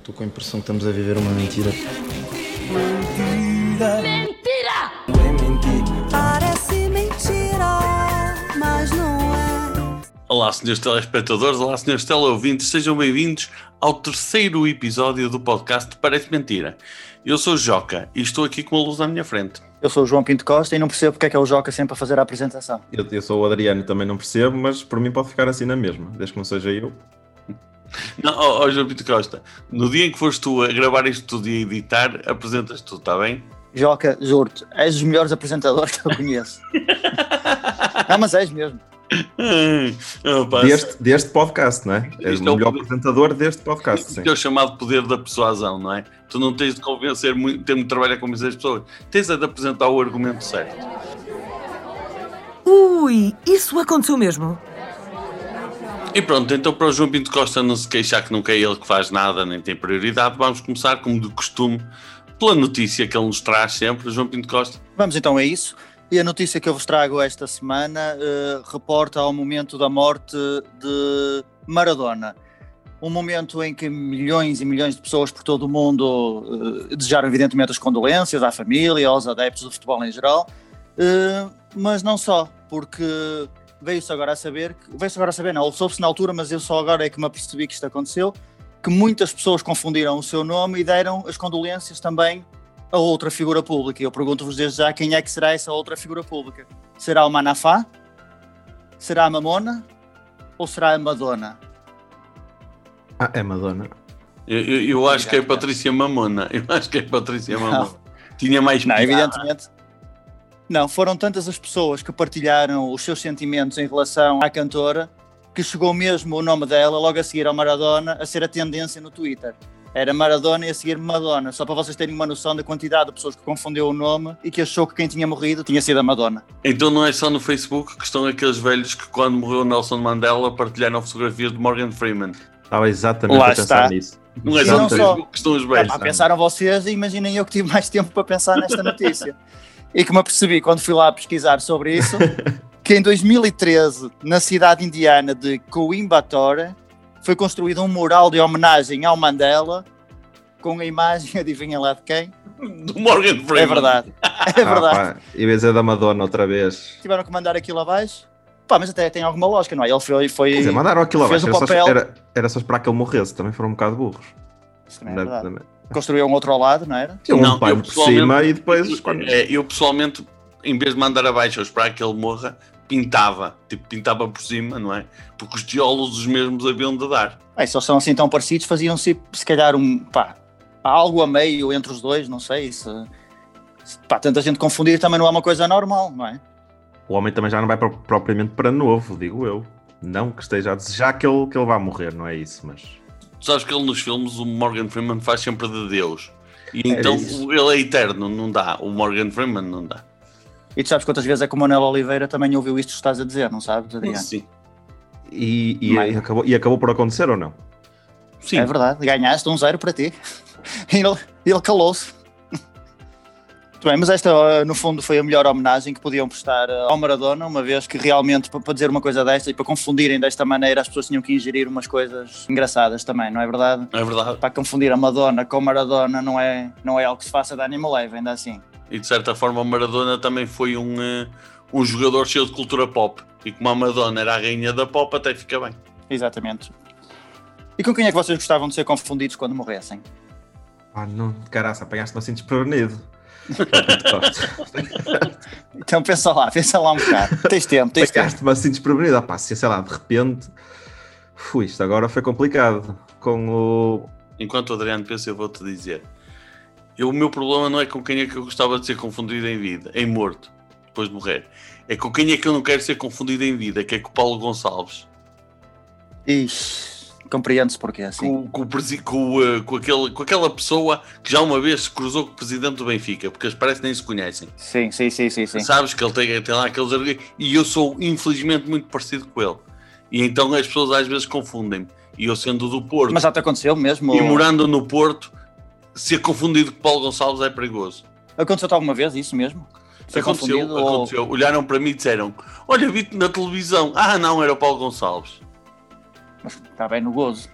Estou com a impressão que estamos a viver uma mentira. Mentira! Parece mentira, ah, mas não é. Olá, senhores telespectadores, olá, senhores teleouvintes, sejam bem-vindos ao terceiro episódio do podcast Parece Mentira. Eu sou Joca e estou aqui com a luz à minha frente. Eu sou o João Pinto Costa e não percebo porque é que é o Joca sempre a fazer a apresentação. Eu, eu sou o Adriano, também não percebo, mas por mim pode ficar assim na mesma, desde que não seja eu. Não, ó, ó, João Pinto Costa, no dia em que foste tu a gravar isto tudo e a editar, apresentas tu, está bem? Joca, juro-te, és dos melhores apresentadores que eu conheço. não, mas és mesmo. Ah, pá, Deste, deste podcast, não é? És Isto é o o melhor poder- apresentador deste podcast, Isso sim. é o chamado poder da persuasão, não é? Tu não tens de convencer muito, ter muito trabalho a convencer as pessoas, tens é de apresentar o argumento certo. Ui, isso aconteceu mesmo? E pronto, então para o João Pinto Costa não se queixar que nunca é ele que faz nada nem tem prioridade, vamos começar, como de costume, pela notícia que ele nos traz sempre, João Pinto Costa. Vamos então a isso. E a notícia que eu vos trago esta semana eh, reporta ao momento da morte de Maradona. Um momento em que milhões e milhões de pessoas por todo o mundo eh, desejaram, evidentemente, as condolências à família, aos adeptos do futebol em geral, Eh, mas não só, porque veio-se agora a saber, que- veio-se agora a saber, não, soube-se na altura, mas eu só agora é que me apercebi que isto aconteceu, que muitas pessoas confundiram o seu nome e deram as condolências também a outra figura pública. E eu pergunto-vos desde já quem é que será essa outra figura pública. Será o Manafá? Será a Mamona? Ou será a Madonna? Ah, é Madonna. Eu, eu- eu acho que é Patrícia Mamona, eu acho que é Patrícia Mamona. Tinha mais Não, é piada. evidentemente. Não, foram tantas as pessoas que partilharam os seus sentimentos em relação à cantora que chegou mesmo o nome dela, logo a seguir ao Maradona, a ser a tendência no Twitter. Era Maradona e a seguir Madonna, só para vocês terem uma noção da quantidade de pessoas que confundeu o nome e que achou que quem tinha morrido tinha sido a Madonna. Então não é só no Facebook que estão aqueles velhos que quando morreu Nelson Mandela partilharam fotografias de Morgan Freeman. Estava exatamente Lá a pensar está. nisso. Não é E só não no só- Facebook que estão os É, velhos. pá, pensaram vocês, imaginem eu que tive mais tempo para pensar nesta notícia. e que me apercebi quando fui lá pesquisar sobre isso, que em 2013, na cidade indiana de Coimbatore, foi construído um mural de homenagem ao Mandela com a imagem, adivinha lá de quem? Do Morgan Freeman. É verdade, é verdade. Ah, pá, e vez é da Madonna outra vez. Tiveram que mandar aquilo abaixo. Pá, mas até tem alguma lógica, não é? Ele foi... foi... Quer dizer, mandaram aquilo Fez abaixo. o eu só- papel. Era, era só esperar que ele morresse, também foram um bocado burros. Isso também é Deve- verdade. também- Construíram outro ao lado, não era? Tinha um Não, eu pano por pessoalmente- cima e depois. Quando... É, eu pessoalmente, em vez de mandar abaixo ou esperar que ele morra, pintava. Tipo, pintava por cima, não é? Porque os geólogos os mesmos haviam de dar. Bem, se eles são assim tão parecidos, faziam-se, se calhar, um, pá, algo a meio entre os dois, não sei. Se, se, pá, tanta gente confundir também não é uma coisa normal, não é? O homem também já não vai pro- propriamente para novo, digo eu. Não que esteja a desejar que ele, que ele vá morrer, não é isso, mas. Tu sabes que ele nos filmes, o Morgan Freeman faz sempre de Deus. E então isso. ele é eterno, não dá. O Morgan Freeman não dá. E tu sabes quantas vezes é que o Manuel Oliveira também ouviu isto que estás a dizer, não sabes, Adriano? Sim. E, e- Bem. e acabou, e acabou por acontecer ou não? Sim. É verdade, ganhaste um zero para ti. E ele, ele calou-se. Muito Bem, mas esta, eh, no fundo, foi a melhor homenagem que podiam prestar eh, ao Maradona, uma vez que realmente, pa- para dizer uma coisa desta e para confundirem desta maneira, as pessoas tinham que ingerir umas coisas engraçadas também, não é verdade? É verdade. para confundir a Madonna com a Maradona não é, não é algo que se faça de ânimo leve, ainda assim. E de certa forma o Maradona também foi um, eh, um jogador cheio de cultura pop. E como a Madonna era a rainha da pop, até fica bem. Exatamente. E com quem é que vocês gostavam de ser confundidos quando morressem? Ah, não, caraça, apanhaste-me assim desprevenido. Então pensa lá, pensa lá um bocado. Tens tempo, tens tempo. apanhaste-me assim desprevenido. Ah, pá, se sei lá, de repente. Fui, isto agora foi complicado. Com o. Enquanto o Adriano pensa, eu vou-te dizer. Eu, o meu problema não é com quem é que eu gostava de ser confundido em vida, em morto, depois de morrer. É com quem é que eu não quero ser confundido em vida, que é com o Paulo Gonçalves. Ixi, compreende-se porque é assim. Com, com o presi- com, o, eh, com aquele, com aquela pessoa que já uma vez se cruzou com o presidente do Benfica, porque eles parece que nem se conhecem. Sim, sim, sim, sim, sim. Sabes que ele tem, tem lá aqueles argumentos. E eu sou, infelizmente, muito parecido com ele. E então as pessoas às vezes confundem-me. E eu sendo do Porto Mas já te aconteceu mesmo? e morando no Porto, ser confundido com Paulo Gonçalves é perigoso. Aconteceu-te alguma vez isso mesmo? Ser Aconteceu, confundido ou- aconteceu. Olharam para mim e disseram: Olha, vi-te na televisão. Ah, não, era o Paulo Gonçalves. Está bem Tá no gozo.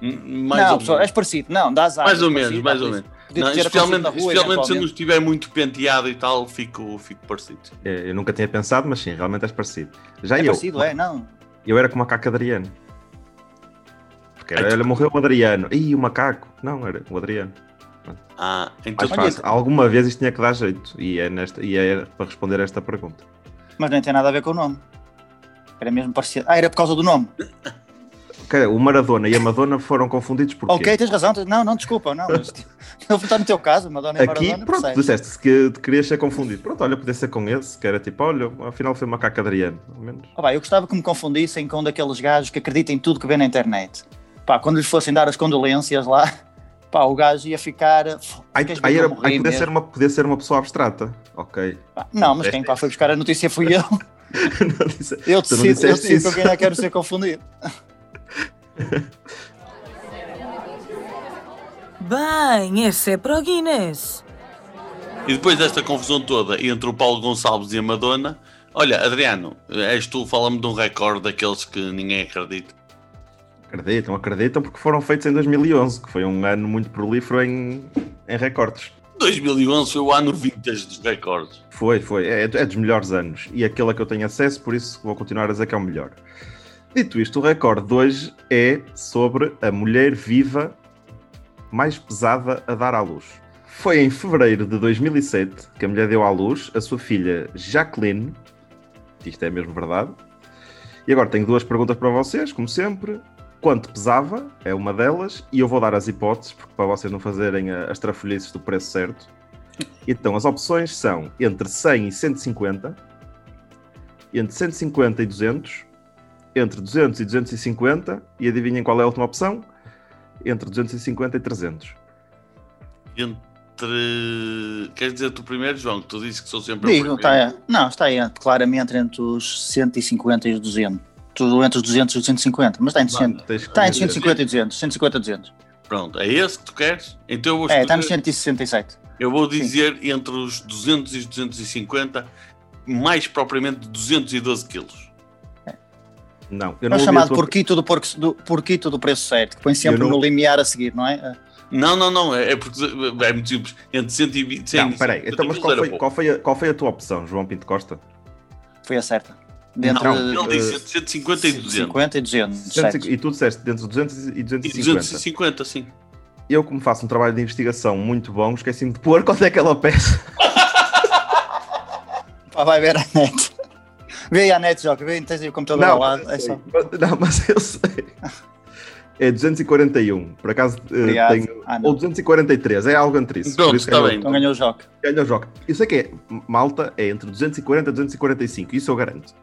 Hum, Mais não, ou pessoal, és menos. parecido. Não, dá azar. Mais é ou parecido, menos, dá mais ou parecido. menos. Podia Não, ter especialmente, aparecido na rua, especialmente se eu não eventualmente. estiver muito penteado e tal, fico, fico parecido. É, Eu nunca tinha pensado, mas sim, realmente és parecido. um- Já É eu, parecido, é, não. eu era com o macaco Adriano. Porque era, Ai, tu- ele morreu o Adriano. Ih, o macaco. Não, era o Adriano. Ah, então Mas fácil. Alguma vez isto tinha que dar jeito. E é, nesta, e é para responder a esta pergunta. Mas nem tem nada a ver com o nome. Era mesmo parecido. Ah, era por causa do nome. Ok, O Maradona e a Madonna foram confundidos porque. Ok, tens razão. tens- Não, não, desculpa. Não, mas eu vou estar no teu caso, Madonna e Aqui, Maradona. pronto, percebe. disseste que te querias ser confundido. Pronto, olha, podia ser com esse, que era tipo, olha, afinal foi o macaco Adriano. Ao menos. Ah, pá, eu gostava que me confundissem com um daqueles gajos que acreditam em tudo que vê na internet. Pá, quando lhes fossem dar as condolências lá, pá, o gajo ia ficar. "F- Aí, queres ver aí, que eu era- morri aí podia, mesmo?" ser uma, podia ser uma pessoa abstrata. Ok. Pá, Não, mas quem lá foi buscar a notícia fui eu. Não disse- Eu Tu não decido, eu disseste decido isso. com quem é que quero ser confundido. Bem, esse é para o Guinness. E depois desta confusão toda entre o Paulo Gonçalves e a Madonna, olha, Adriano, és tu, fala-me de um recorde daqueles que ninguém acredita. Acreditam, acreditam, porque foram feitos em 2011, que foi um ano muito prolífero em, em recortes. 2011 foi o ano vintage dos recordes. Foi, foi. É, é dos melhores anos. E aquele a que eu tenho acesso, por isso vou continuar a dizer que é o melhor. Dito isto, o recorde de hoje é sobre a mulher viva mais pesada a dar à luz. Foi em fevereiro de 2007 que a mulher deu à luz a sua filha Jacqueline. Isto é mesmo verdade. E agora tenho duas perguntas para vocês, como sempre. Quanto pesava é uma delas, e eu vou dar as hipóteses, porque para vocês não fazerem a- as trafolhices do preço certo. Então, as opções são entre 100 e 150, entre 150 e 200, entre 200 e 250, e adivinhem qual é a última opção? Entre 250 e 300. Entre. Queres dizer tu primeiro, João, que tu disse que sou sempre Digo, o primeiro. está, não, está aí é, claramente entre os 150 e os 200. Tudo entre os 200 e os 150, mas está entre, 100, Tens que está entre 150 Tá e dizer. 200. 150 e 200. Pronto, é esse que tu queres? Então eu vou, É, escolher- está nos 167. eu vou dizer entre os 200 e os 250, mais propriamente 212 quilos. Não, eu É não o ouvi a chamado tua- porquito do, porco- do, porquito do preço certo, que põe sempre Eu não- no limiar a seguir, não é? Não, não, não, é, é porque é muito simples. Entre 120 e Não, peraí. Então, mas qual foi, pouco. qual, foi a, qual foi a tua opção, João Pinto Costa? Ah, Foi a certa. Dentro Não, de não, Ele disse entre 150 e 200. 50 eh, e 200. certo. E tu disseste entre 200 e E 250. 250, sim. Eu, como faço um trabalho de investigação muito bom, esqueci-me de pôr quanto é que ela pesa. Pá, vai ver a net. Vê aí a net, Joca, vê, tens aí o computador ao lado. mas É eu sei. só. Mas- não, mas eu sei. É 241. Por acaso eh, Obrigado. tenho. Ah, não. Ou 243, é algo entre isso. Pronto, Por isso está ganhou- bem. Então ganhou o Joca. Ganhou o jogo. Eu sei que é, malta é entre 240 e 245, isso eu garanto.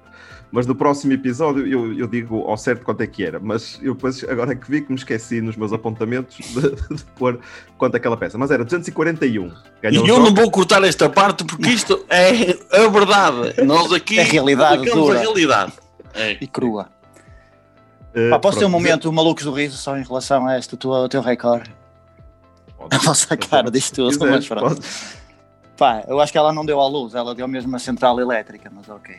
Mas no próximo episódio eu, eu digo ao certo quanto é que era. Mas eu depois, agora é que vi que me esqueci nos meus apontamentos de, de pôr quanto é que ela pesa. Mas era 241. Ganhou um o e eu jogo. não vou cortar esta parte porque isto é a verdade. Nós aqui É a realidade aplicamos dura. a realidade. É. E crua. Eh, Pá, posso ter um pronto, momento malucos do riso só em relação a este tua, ao teu recorde? Podes. A vossa cara disto tudo, Quiseres, mas pronto. podes. Pá, eu acho que ela não deu à luz, ela deu mesmo a central elétrica, mas ok.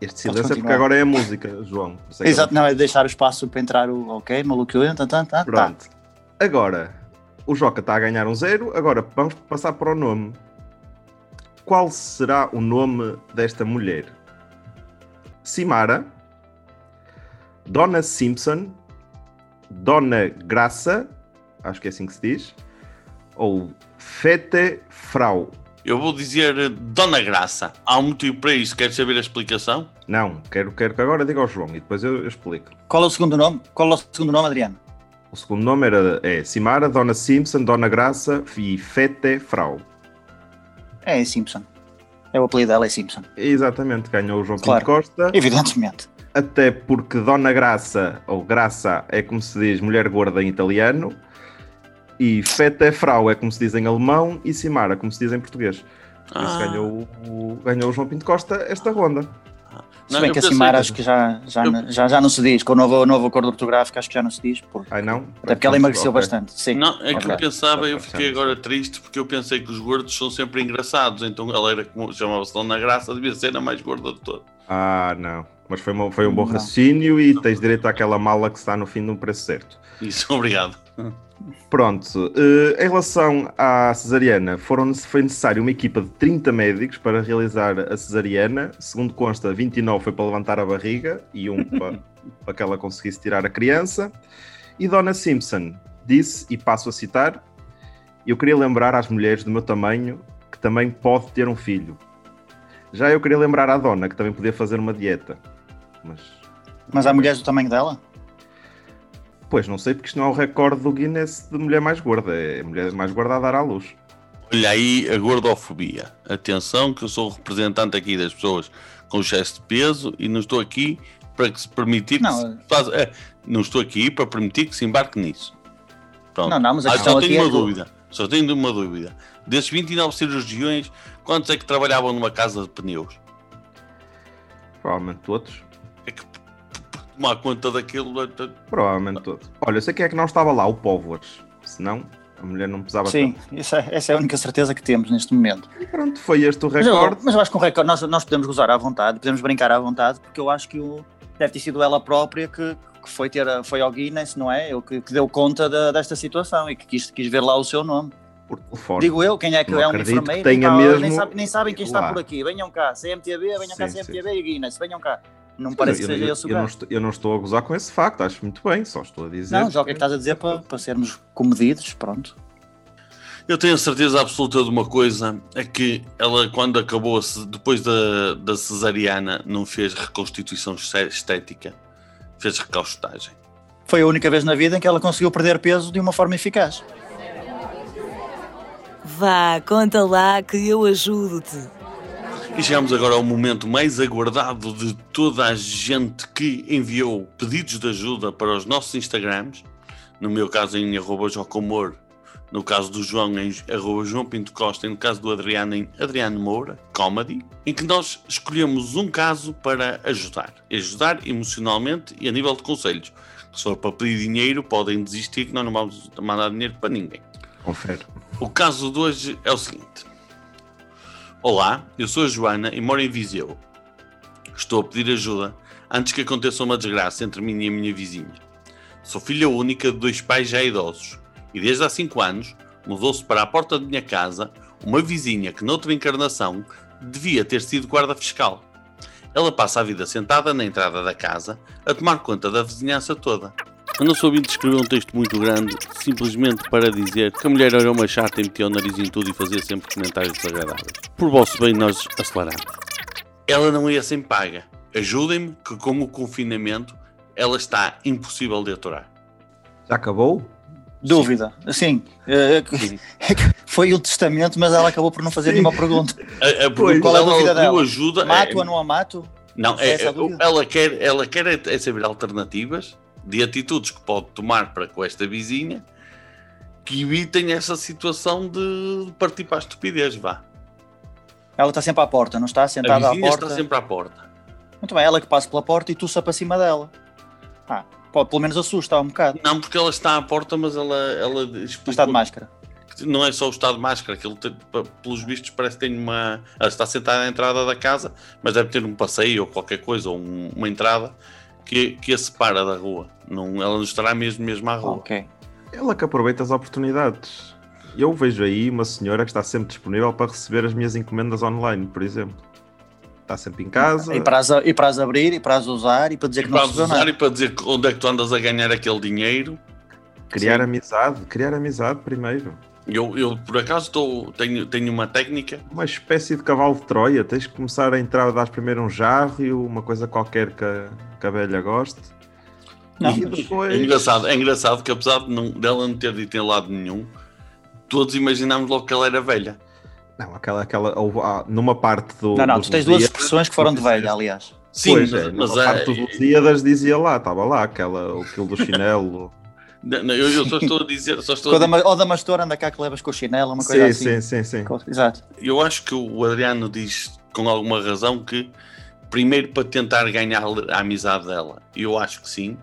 Este silêncio é porque continuar. agora é a música, João. Eu sei que Exato, não, é deixar o espaço para entrar o ok, maluco, tá, tá, tá, tá. Pronto. Agora, o Joca está a ganhar um zero. Agora vamos passar para o nome. Qual será o nome desta mulher? Simara, Dona Simpson, Dona Graça, acho que é assim que se diz, ou Fete Frau. Eu vou dizer eh, Dona Graça. Há um motivo para isso. Queres saber a explicação? Não, quero, quero que agora diga ao João e depois eu, eu explico. Qual é o segundo nome? Qual é o segundo nome, Adriano? O segundo nome era é, Simara, Dona Simpson, Dona Graça e Fete Frau. É Simpson. É o apelido dela, é Simpson. Exatamente, ganhou o João Claro. Pinto Costa. Evidentemente. Até porque Dona Graça, ou Graça, é como se diz mulher gorda em italiano, e Fete Frau é como se diz em alemão, e Simara, como se diz em português. Por isso Ah. ganhou, o- ganhou o João Pinto Costa esta ronda. Se Não, bem eu que a pensei- Simara acho que já, já, Eu- já, já não se diz, com o novo, o novo acordo ortográfico acho que já não se diz, porque, Ai não? até porque ela emagreceu Ok. bastante. Sim. Não, é que Ok. eu pensava, eu Ok, fiquei já me agora triste porque eu pensei que os gordos são sempre engraçados. Então ela era como chamava-se Dona Graça, devia ser a mais gorda de todos. Ah, não. Mas foi, uma- foi um bom raciocínio e tens direito àquela mala que está no fim de um preço certo. Isso, obrigado. Pronto, eh, em relação à cesariana, foram, foi necessário uma equipa de 30 médicos para realizar a cesariana. Segundo consta, 29 foi para levantar a barriga e um para, para que ela conseguisse tirar a criança. E Dona Simpson disse, e passo a citar: Eu queria lembrar às mulheres do meu tamanho que também pode ter um filho. Já eu queria lembrar à Dona que também podia fazer uma dieta. Mas, Mas há mulheres do tamanho dela? pois, não sei, porque isto não é o recorde do Guinness de mulher mais gorda. É a mulher mais gorda a dar à luz. Olha aí a gordofobia. Atenção, que eu sou o representante aqui das pessoas com excesso de peso e não estou aqui para que se permitir que Não, eh, se faz- é, não estou aqui para permitir que se embarque nisso. Pronto. Não, não, mas a Ah, questão só aqui tenho é uma do- dúvida. Só tenho uma dúvida. Desses 29 cirurgiões, quantos é que trabalhavam numa casa de pneus? Provavelmente todos. É que p- p- tomar conta daquilo. é- é- Provavelmente todos. Olha, eu sei quem é que não estava lá, o Póvoas. Senão, a mulher não pesava Sim, isso é- essa é a única certeza que temos neste momento. tanto. E pronto, foi este o Mas eu, recorde. mas eu acho que um recorde, nós, nós podemos gozar à vontade, podemos brincar à vontade, porque eu acho que o, deve ter sido ela própria que, que foi, ter, a- foi ao Guinness, não é? Eu que, que deu conta da- desta situação e que quis, quis ver lá o seu nome. Por telefone. Digo eu, quem é que Não é um acredito que enfermeiro? tenha nem, mesmo nem, sabe- nem sabem quem está lá. por aqui. Venham cá, CMTB, venham cá, Sim, CMTB e Guinness, venham cá. Não parece eu, que seja eu- esse o eu não caso. estou, eu não estou a gozar com esse facto, acho muito bem, só estou a dizer. Não, já o que é que estás a dizer para, para sermos comedidos, pronto. Eu tenho a certeza absoluta de uma coisa: é que ela, quando acabou, a ce- depois da, da cesariana, não fez reconstituição este- estética, fez recaustagem. Foi a única vez na vida em que ela conseguiu perder peso de uma forma eficaz. Vá, conta lá que eu ajudo-te. E chegamos agora ao momento mais aguardado de toda a gente que enviou pedidos de ajuda para os nossos Instagrams. No meu caso, em arroba Jocomor. No caso do João, em arroba João Pinto Costa. E no caso do Adriano, em Adriano Moura, Comedy. Em que nós escolhemos um caso para ajudar. Ajudar emocionalmente e a nível de conselhos. Se for para pedir dinheiro, podem desistir que nós não vamos mandar dinheiro para ninguém. Confere. O caso de hoje é o seguinte. Olá, eu sou a Joana e moro em Viseu. Estou a pedir ajuda antes que aconteça uma desgraça entre mim e a minha vizinha. Sou filha única de dois pais já idosos e desde há 5 anos mudou-se para a porta da minha casa uma vizinha que noutra encarnação devia ter sido guarda fiscal. Ela passa a vida sentada na entrada da casa a tomar conta da vizinhança toda. Eu não soube escrever um texto muito grande simplesmente para dizer que a mulher era uma chata e metia o nariz em tudo e fazia sempre comentários desagradáveis. Por vosso bem, nós aceleramos. Ela não ia sem paga. Ajudem-me que com o confinamento ela está impossível de aturar. Já acabou? Dúvida. Sim. eh, é que- é que foi o testamento, mas ela acabou por não fazer Sim. nenhuma pergunta. A, a pergunta Pois. Qual é a ela dúvida pediu dela? ajuda. Mato é- ou não a mato? Não, É é, essa a é- dúvida? ela quer, ela quer é, é saber alternativas de atitudes que pode tomar para com esta vizinha que evitem essa situação de partir para a estupidez, vá. Ela está sempre à porta, não está? A Sentada à vizinha porta. está sempre à porta. Muito bem, ela que passa pela porta e tussa para cima dela. Ah, pô, pelo menos assusta um bocado. Não, porque ela está à porta, mas ela, ela explicou Mas está de máscara. que não é só o estado de máscara, que ele tem- pa- pelos vistos parece que tem uma. Ela está sentada à entrada da casa, mas deve ter um passeio ou qualquer coisa, ou um- uma entrada que, que a separa da rua. Não, ela não estará mesmo, mesmo à rua. Ok. Ela que aproveita as oportunidades. Eu vejo aí uma senhora que está sempre disponível para receber as minhas encomendas online, por exemplo. Está sempre Hum, em casa. E para, as, e para as abrir, e para as usar, e para dizer E é que não para recebeu nada. usar e para dizer que- onde é que tu andas a ganhar aquele dinheiro. Criar Sim. amizade, criar amizade primeiro. Eu, eu por acaso, estou- tenho, tenho uma técnica Uma espécie de cavalo de Troia, tens que começar a entrar, dar primeiro um jarro, uma coisa qualquer que a, que a velha goste. Não, e mas- depois. É engraçado, é engraçado que apesar de não- dela não ter dito em lado nenhum, todos imaginámos logo que ela era velha. Não, aquela, aquela, houve- ah, numa parte do. Não, não, dos tu tens duas Lusíadas- expressões que foram de velha, aliás. Sim, pois, é, mas, numa parte dos é, Lusíadas dizia lá, estava lá, aquela, o quilo do chinelo. não, não, eu, eu só estou a dizer, só estou Ou a da, dizer- ma- ou da mastora anda cá que levas com o chinelo, uma coisa sim, assim. sim, sim, sim. Co- Exato. eu acho que o Adriano diz com alguma razão que primeiro para tentar ganhar a amizade dela, e eu acho que sim,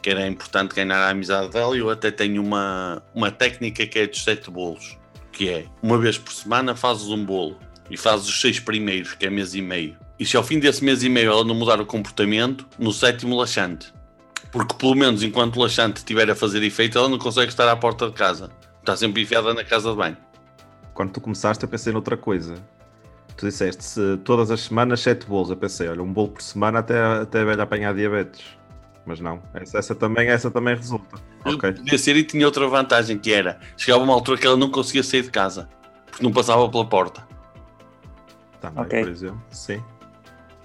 que era importante ganhar a amizade dela, e eu até tenho uma, uma técnica que é dos sete bolos, que é uma vez por semana fazes um bolo. e faz os seis primeiros, que é mês e meio. E se ao fim desse mês e meio ela não mudar o comportamento, no sétimo laxante. Porque pelo menos enquanto o laxante estiver a fazer efeito, ela não consegue estar à porta de casa. Está sempre enfiada na casa de banho. Quando tu começaste, eu pensei noutra coisa. Tu disseste se todas as semanas sete bolos. Eu pensei, olha, um bolo por semana até, até a velha apanhar diabetes. Mas não, essa, essa também, essa também resulta. Ok. Podia ser e tinha outra vantagem que era, chegava uma altura que ela não conseguia sair de casa, porque não passava pela porta. Também, Ok. tá por exemplo. Sim.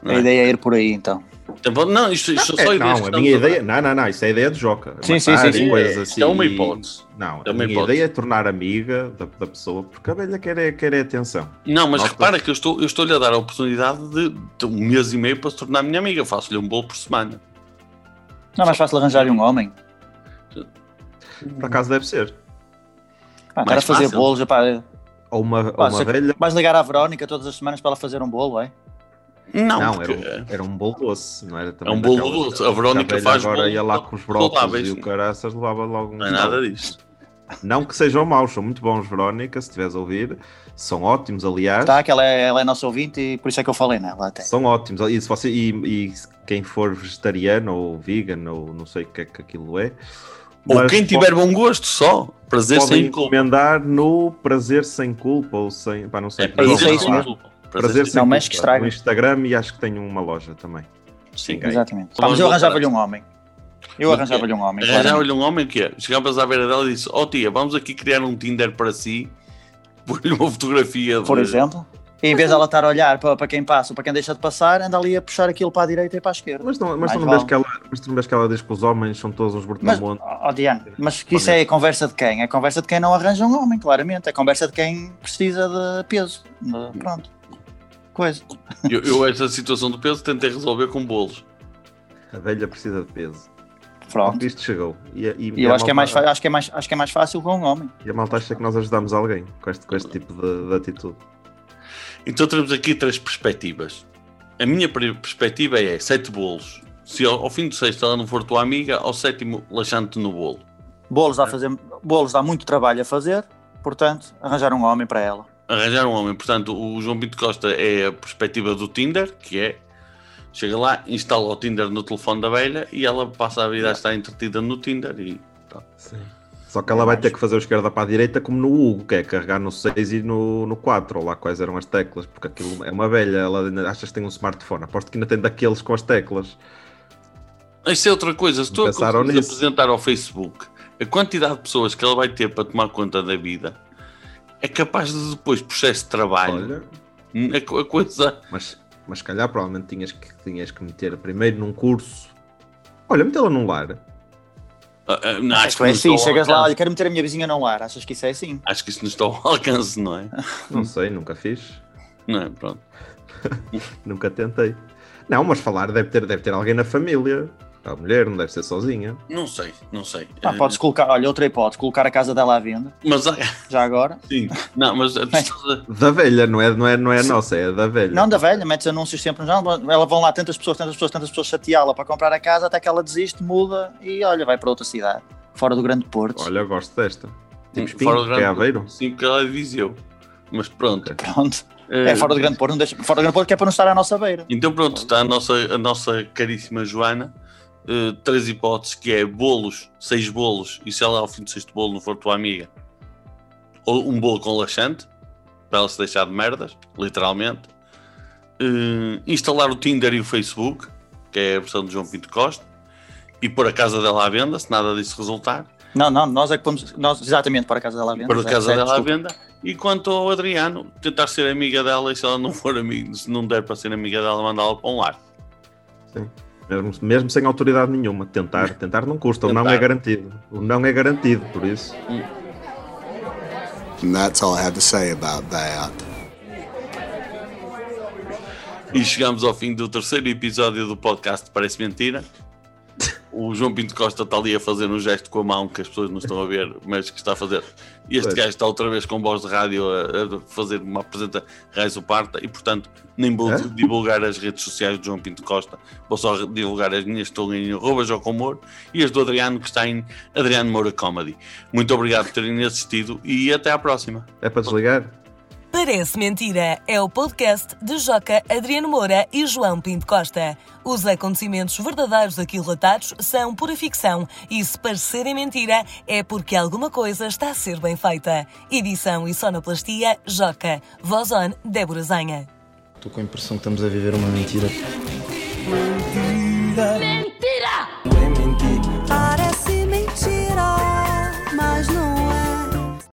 Não, A é? ideia é ir por aí, então. Então, bom, não isto, isto são É, só ideias não, que a estamos minha dar. ideia. Não, não, não, isso é a ideia dos Joca. Sim, sim, Matar sim, e sim. coisas assim. Isto é uma hipótese. Não, É a uma minha hipótese. ideia é tornar amiga da, da pessoa, porque a velha quer, é- quer é atenção. Não, mas Nota. repara que eu estou- eu estou-lhe a dar a oportunidade de, de um mês e meio para se tornar minha amiga. Eu Faço-lhe um bolo por semana. Não é mais fácil arranjar um homem. Por acaso deve ser. Pá, estar a Mais fazer fácil. bolos, pá, Ou uma, Pá, ou uma se- velha. vais ligar à Verónica todas as semanas para ela fazer um bolo, é? Não, Não, porque era, um- era um bolo doce, não era? é Também um bolo daquelas- doce. A Verónica velha faz agora bolo ia lá com os brócolis saudáveis. e o caraças levava logo um Não é bolo. nada disso. Não que sejam maus, são muito bons, Verónica, se estiveres a ouvir. São ótimos, aliás. Tá, que ela é, ela é nossa ouvinte e por isso é que eu falei nela até. São ótimos. E, se você, e, e quem for vegetariano ou vegan ou não sei o que é que aquilo é. Ou mas quem po- tiver bom gosto só, prazer podem sem culpa. encomendar no Prazer Sem Culpa ou sem. Pá, não sei. É prazer isso, é sem isso culpa. mesmo. Prazer sem Sem Não mexe Culpa, que estraga. No Instagram e acho que tenho uma loja também. Sim. Ok. Exatamente. Então Pá, mas eu vamos arranjava-lhe um homem. Eu arranjava-lhe um homem. claramente. Arranjava-lhe um homem que é. Chegavas à beira dela e disse: Ó tia, vamos aqui criar um Tinder para si. Pôr-lhe uma fotografia de- por exemplo. E em vez de ela estar a olhar para, para quem passa ou para quem deixa de passar, anda ali a puxar aquilo para a direita e para a esquerda. Mas, não, mas, Mais tu não vês vale. que ela, mas tu não vês que ela diz que os homens são todos uns Mas, brutamontes. oh, Diana, mas que isso é a conversa de quem? É a conversa de quem não arranja um homem, claramente. É a conversa de quem precisa de peso. De- pronto. Coisa. Eu, eu essa situação do peso tentei resolver com bolos. A velha precisa de peso. Pronto. Isto chegou. E, e- E e eu a acho que, é mais, malta- fa- acho, que é mais, acho que é mais fácil com um homem. E a malta acha que nós ajudamos alguém com este, com este tipo de, de atitude. Então temos aqui três perspectivas. A minha pre- perspectiva é sete bolos. Se ao, ao fim do sexto ela não for tua amiga, ao sétimo laxante no bolo. Bolos dá, É. a fazer, bolos dá muito trabalho a fazer, portanto, arranjar um homem para ela. Arranjar um homem. Portanto, o João Pinto Costa é a perspectiva do Tinder, que é chega lá, instala o Tinder no telefone da velha e ela passa a vida a estar entretida no Tinder e Sim. Só que ela vai ter que fazer o esquerda para a direita, como no Hugo, que é carregar no 6 e no, no 4, ou lá quais eram as teclas, porque aquilo é uma velha, ela ainda- achas que tem um smartphone, aposto que ainda tem daqueles com as teclas. Isso é outra coisa. Se tu a Pensaram conseguires nisso. apresentar ao Facebook a quantidade de pessoas que ela vai ter para tomar conta da vida, é capaz de depois, processo de trabalho, hum, Olha, a, co- a coisa. mas, mas se calhar provavelmente tinhas que, tinhas que meter primeiro num curso. Olha, metê-la num lar. Ah, ah, não, acho, Acho que é não está assim, ao chegas lá, alcance. olha, quero meter a minha vizinha no ar. Achas que isso é assim? Acho que isso não está ao alcance, não é? Não sei, nunca fiz. Não é? Pronto. Nunca tentei. Não, mas falar deve ter, deve ter alguém na família. A mulher não deve ser sozinha. Não sei, não sei. Ah, Eh, podes colocar, olha, outra hipótese, colocar a casa dela à venda, Mas há- já agora. sim, não, mas tu estás a- Da velha, não é, não é, não é a nossa, é a da velha. Não da velha, metes anúncios sempre no jornal, ela vão lá tantas pessoas, tantas pessoas, tantas pessoas chateá-la para comprar a casa até que ela desiste, muda e olha, vai para outra cidade, fora do grande Porto. Olha, eu gosto desta. Tipo Hum, espinho, que é Aveiro. Sim, porque ela é de Viseu. Mas pronto. Pronto. Eh, É fora do grande Porto, não deixa, fora do grande Porto que é para não estar à nossa beira. Então pronto, está a nossa, a nossa caríssima Joana. eh, três hipóteses que é bolos, seis bolos, e se ela ao fim do sexto bolo não for tua amiga, ou um bolo com laxante, para ela se deixar de merdas, literalmente. Eh, instalar o Tinder e o Facebook, que é a versão de João Pinto Costa, e pôr a casa dela à venda, se nada disso resultar, Não, não, nós é que pomos, nós exatamente para a casa dela à venda. pôr a já, casa certo, dela à desculpa. venda. E quanto ao Adriano, tentar ser amiga dela, e se ela não for amiga, se não der para ser amiga dela, mandá-la para um lar. Mesmo, mesmo sem autoridade nenhuma. Tentar, tentar não custa. O não é Tentar. garantido. O não é garantido, por isso. And that's all I have to say about that. E chegamos ao fim do terceiro episódio do podcast Parece Mentira. O João Pinto Costa está ali a fazer um gesto com a mão que as pessoas não estão a ver, mas que está a fazer. E este Pois. gajo está outra vez com voz de rádio a, a fazer uma apresenta Raiz Parta e, portanto, nem vou Hã? divulgar as redes sociais do João Pinto Costa, vou só divulgar as minhas que estão em arroba Jocomor e as do Adriano que está em Adriano Moura Comedy. Muito obrigado por terem assistido e até à próxima. É para desligar? Para Parece Mentira é o podcast de Joca Adriano Moura e João Pinto Costa. Os acontecimentos verdadeiros aqui relatados são pura ficção e se parecerem mentira é porque alguma coisa está a ser bem feita. Edição e sonoplastia Joca. Voz on Débora Zanha. Estou com a impressão que estamos a viver uma mentira. Mentira. é.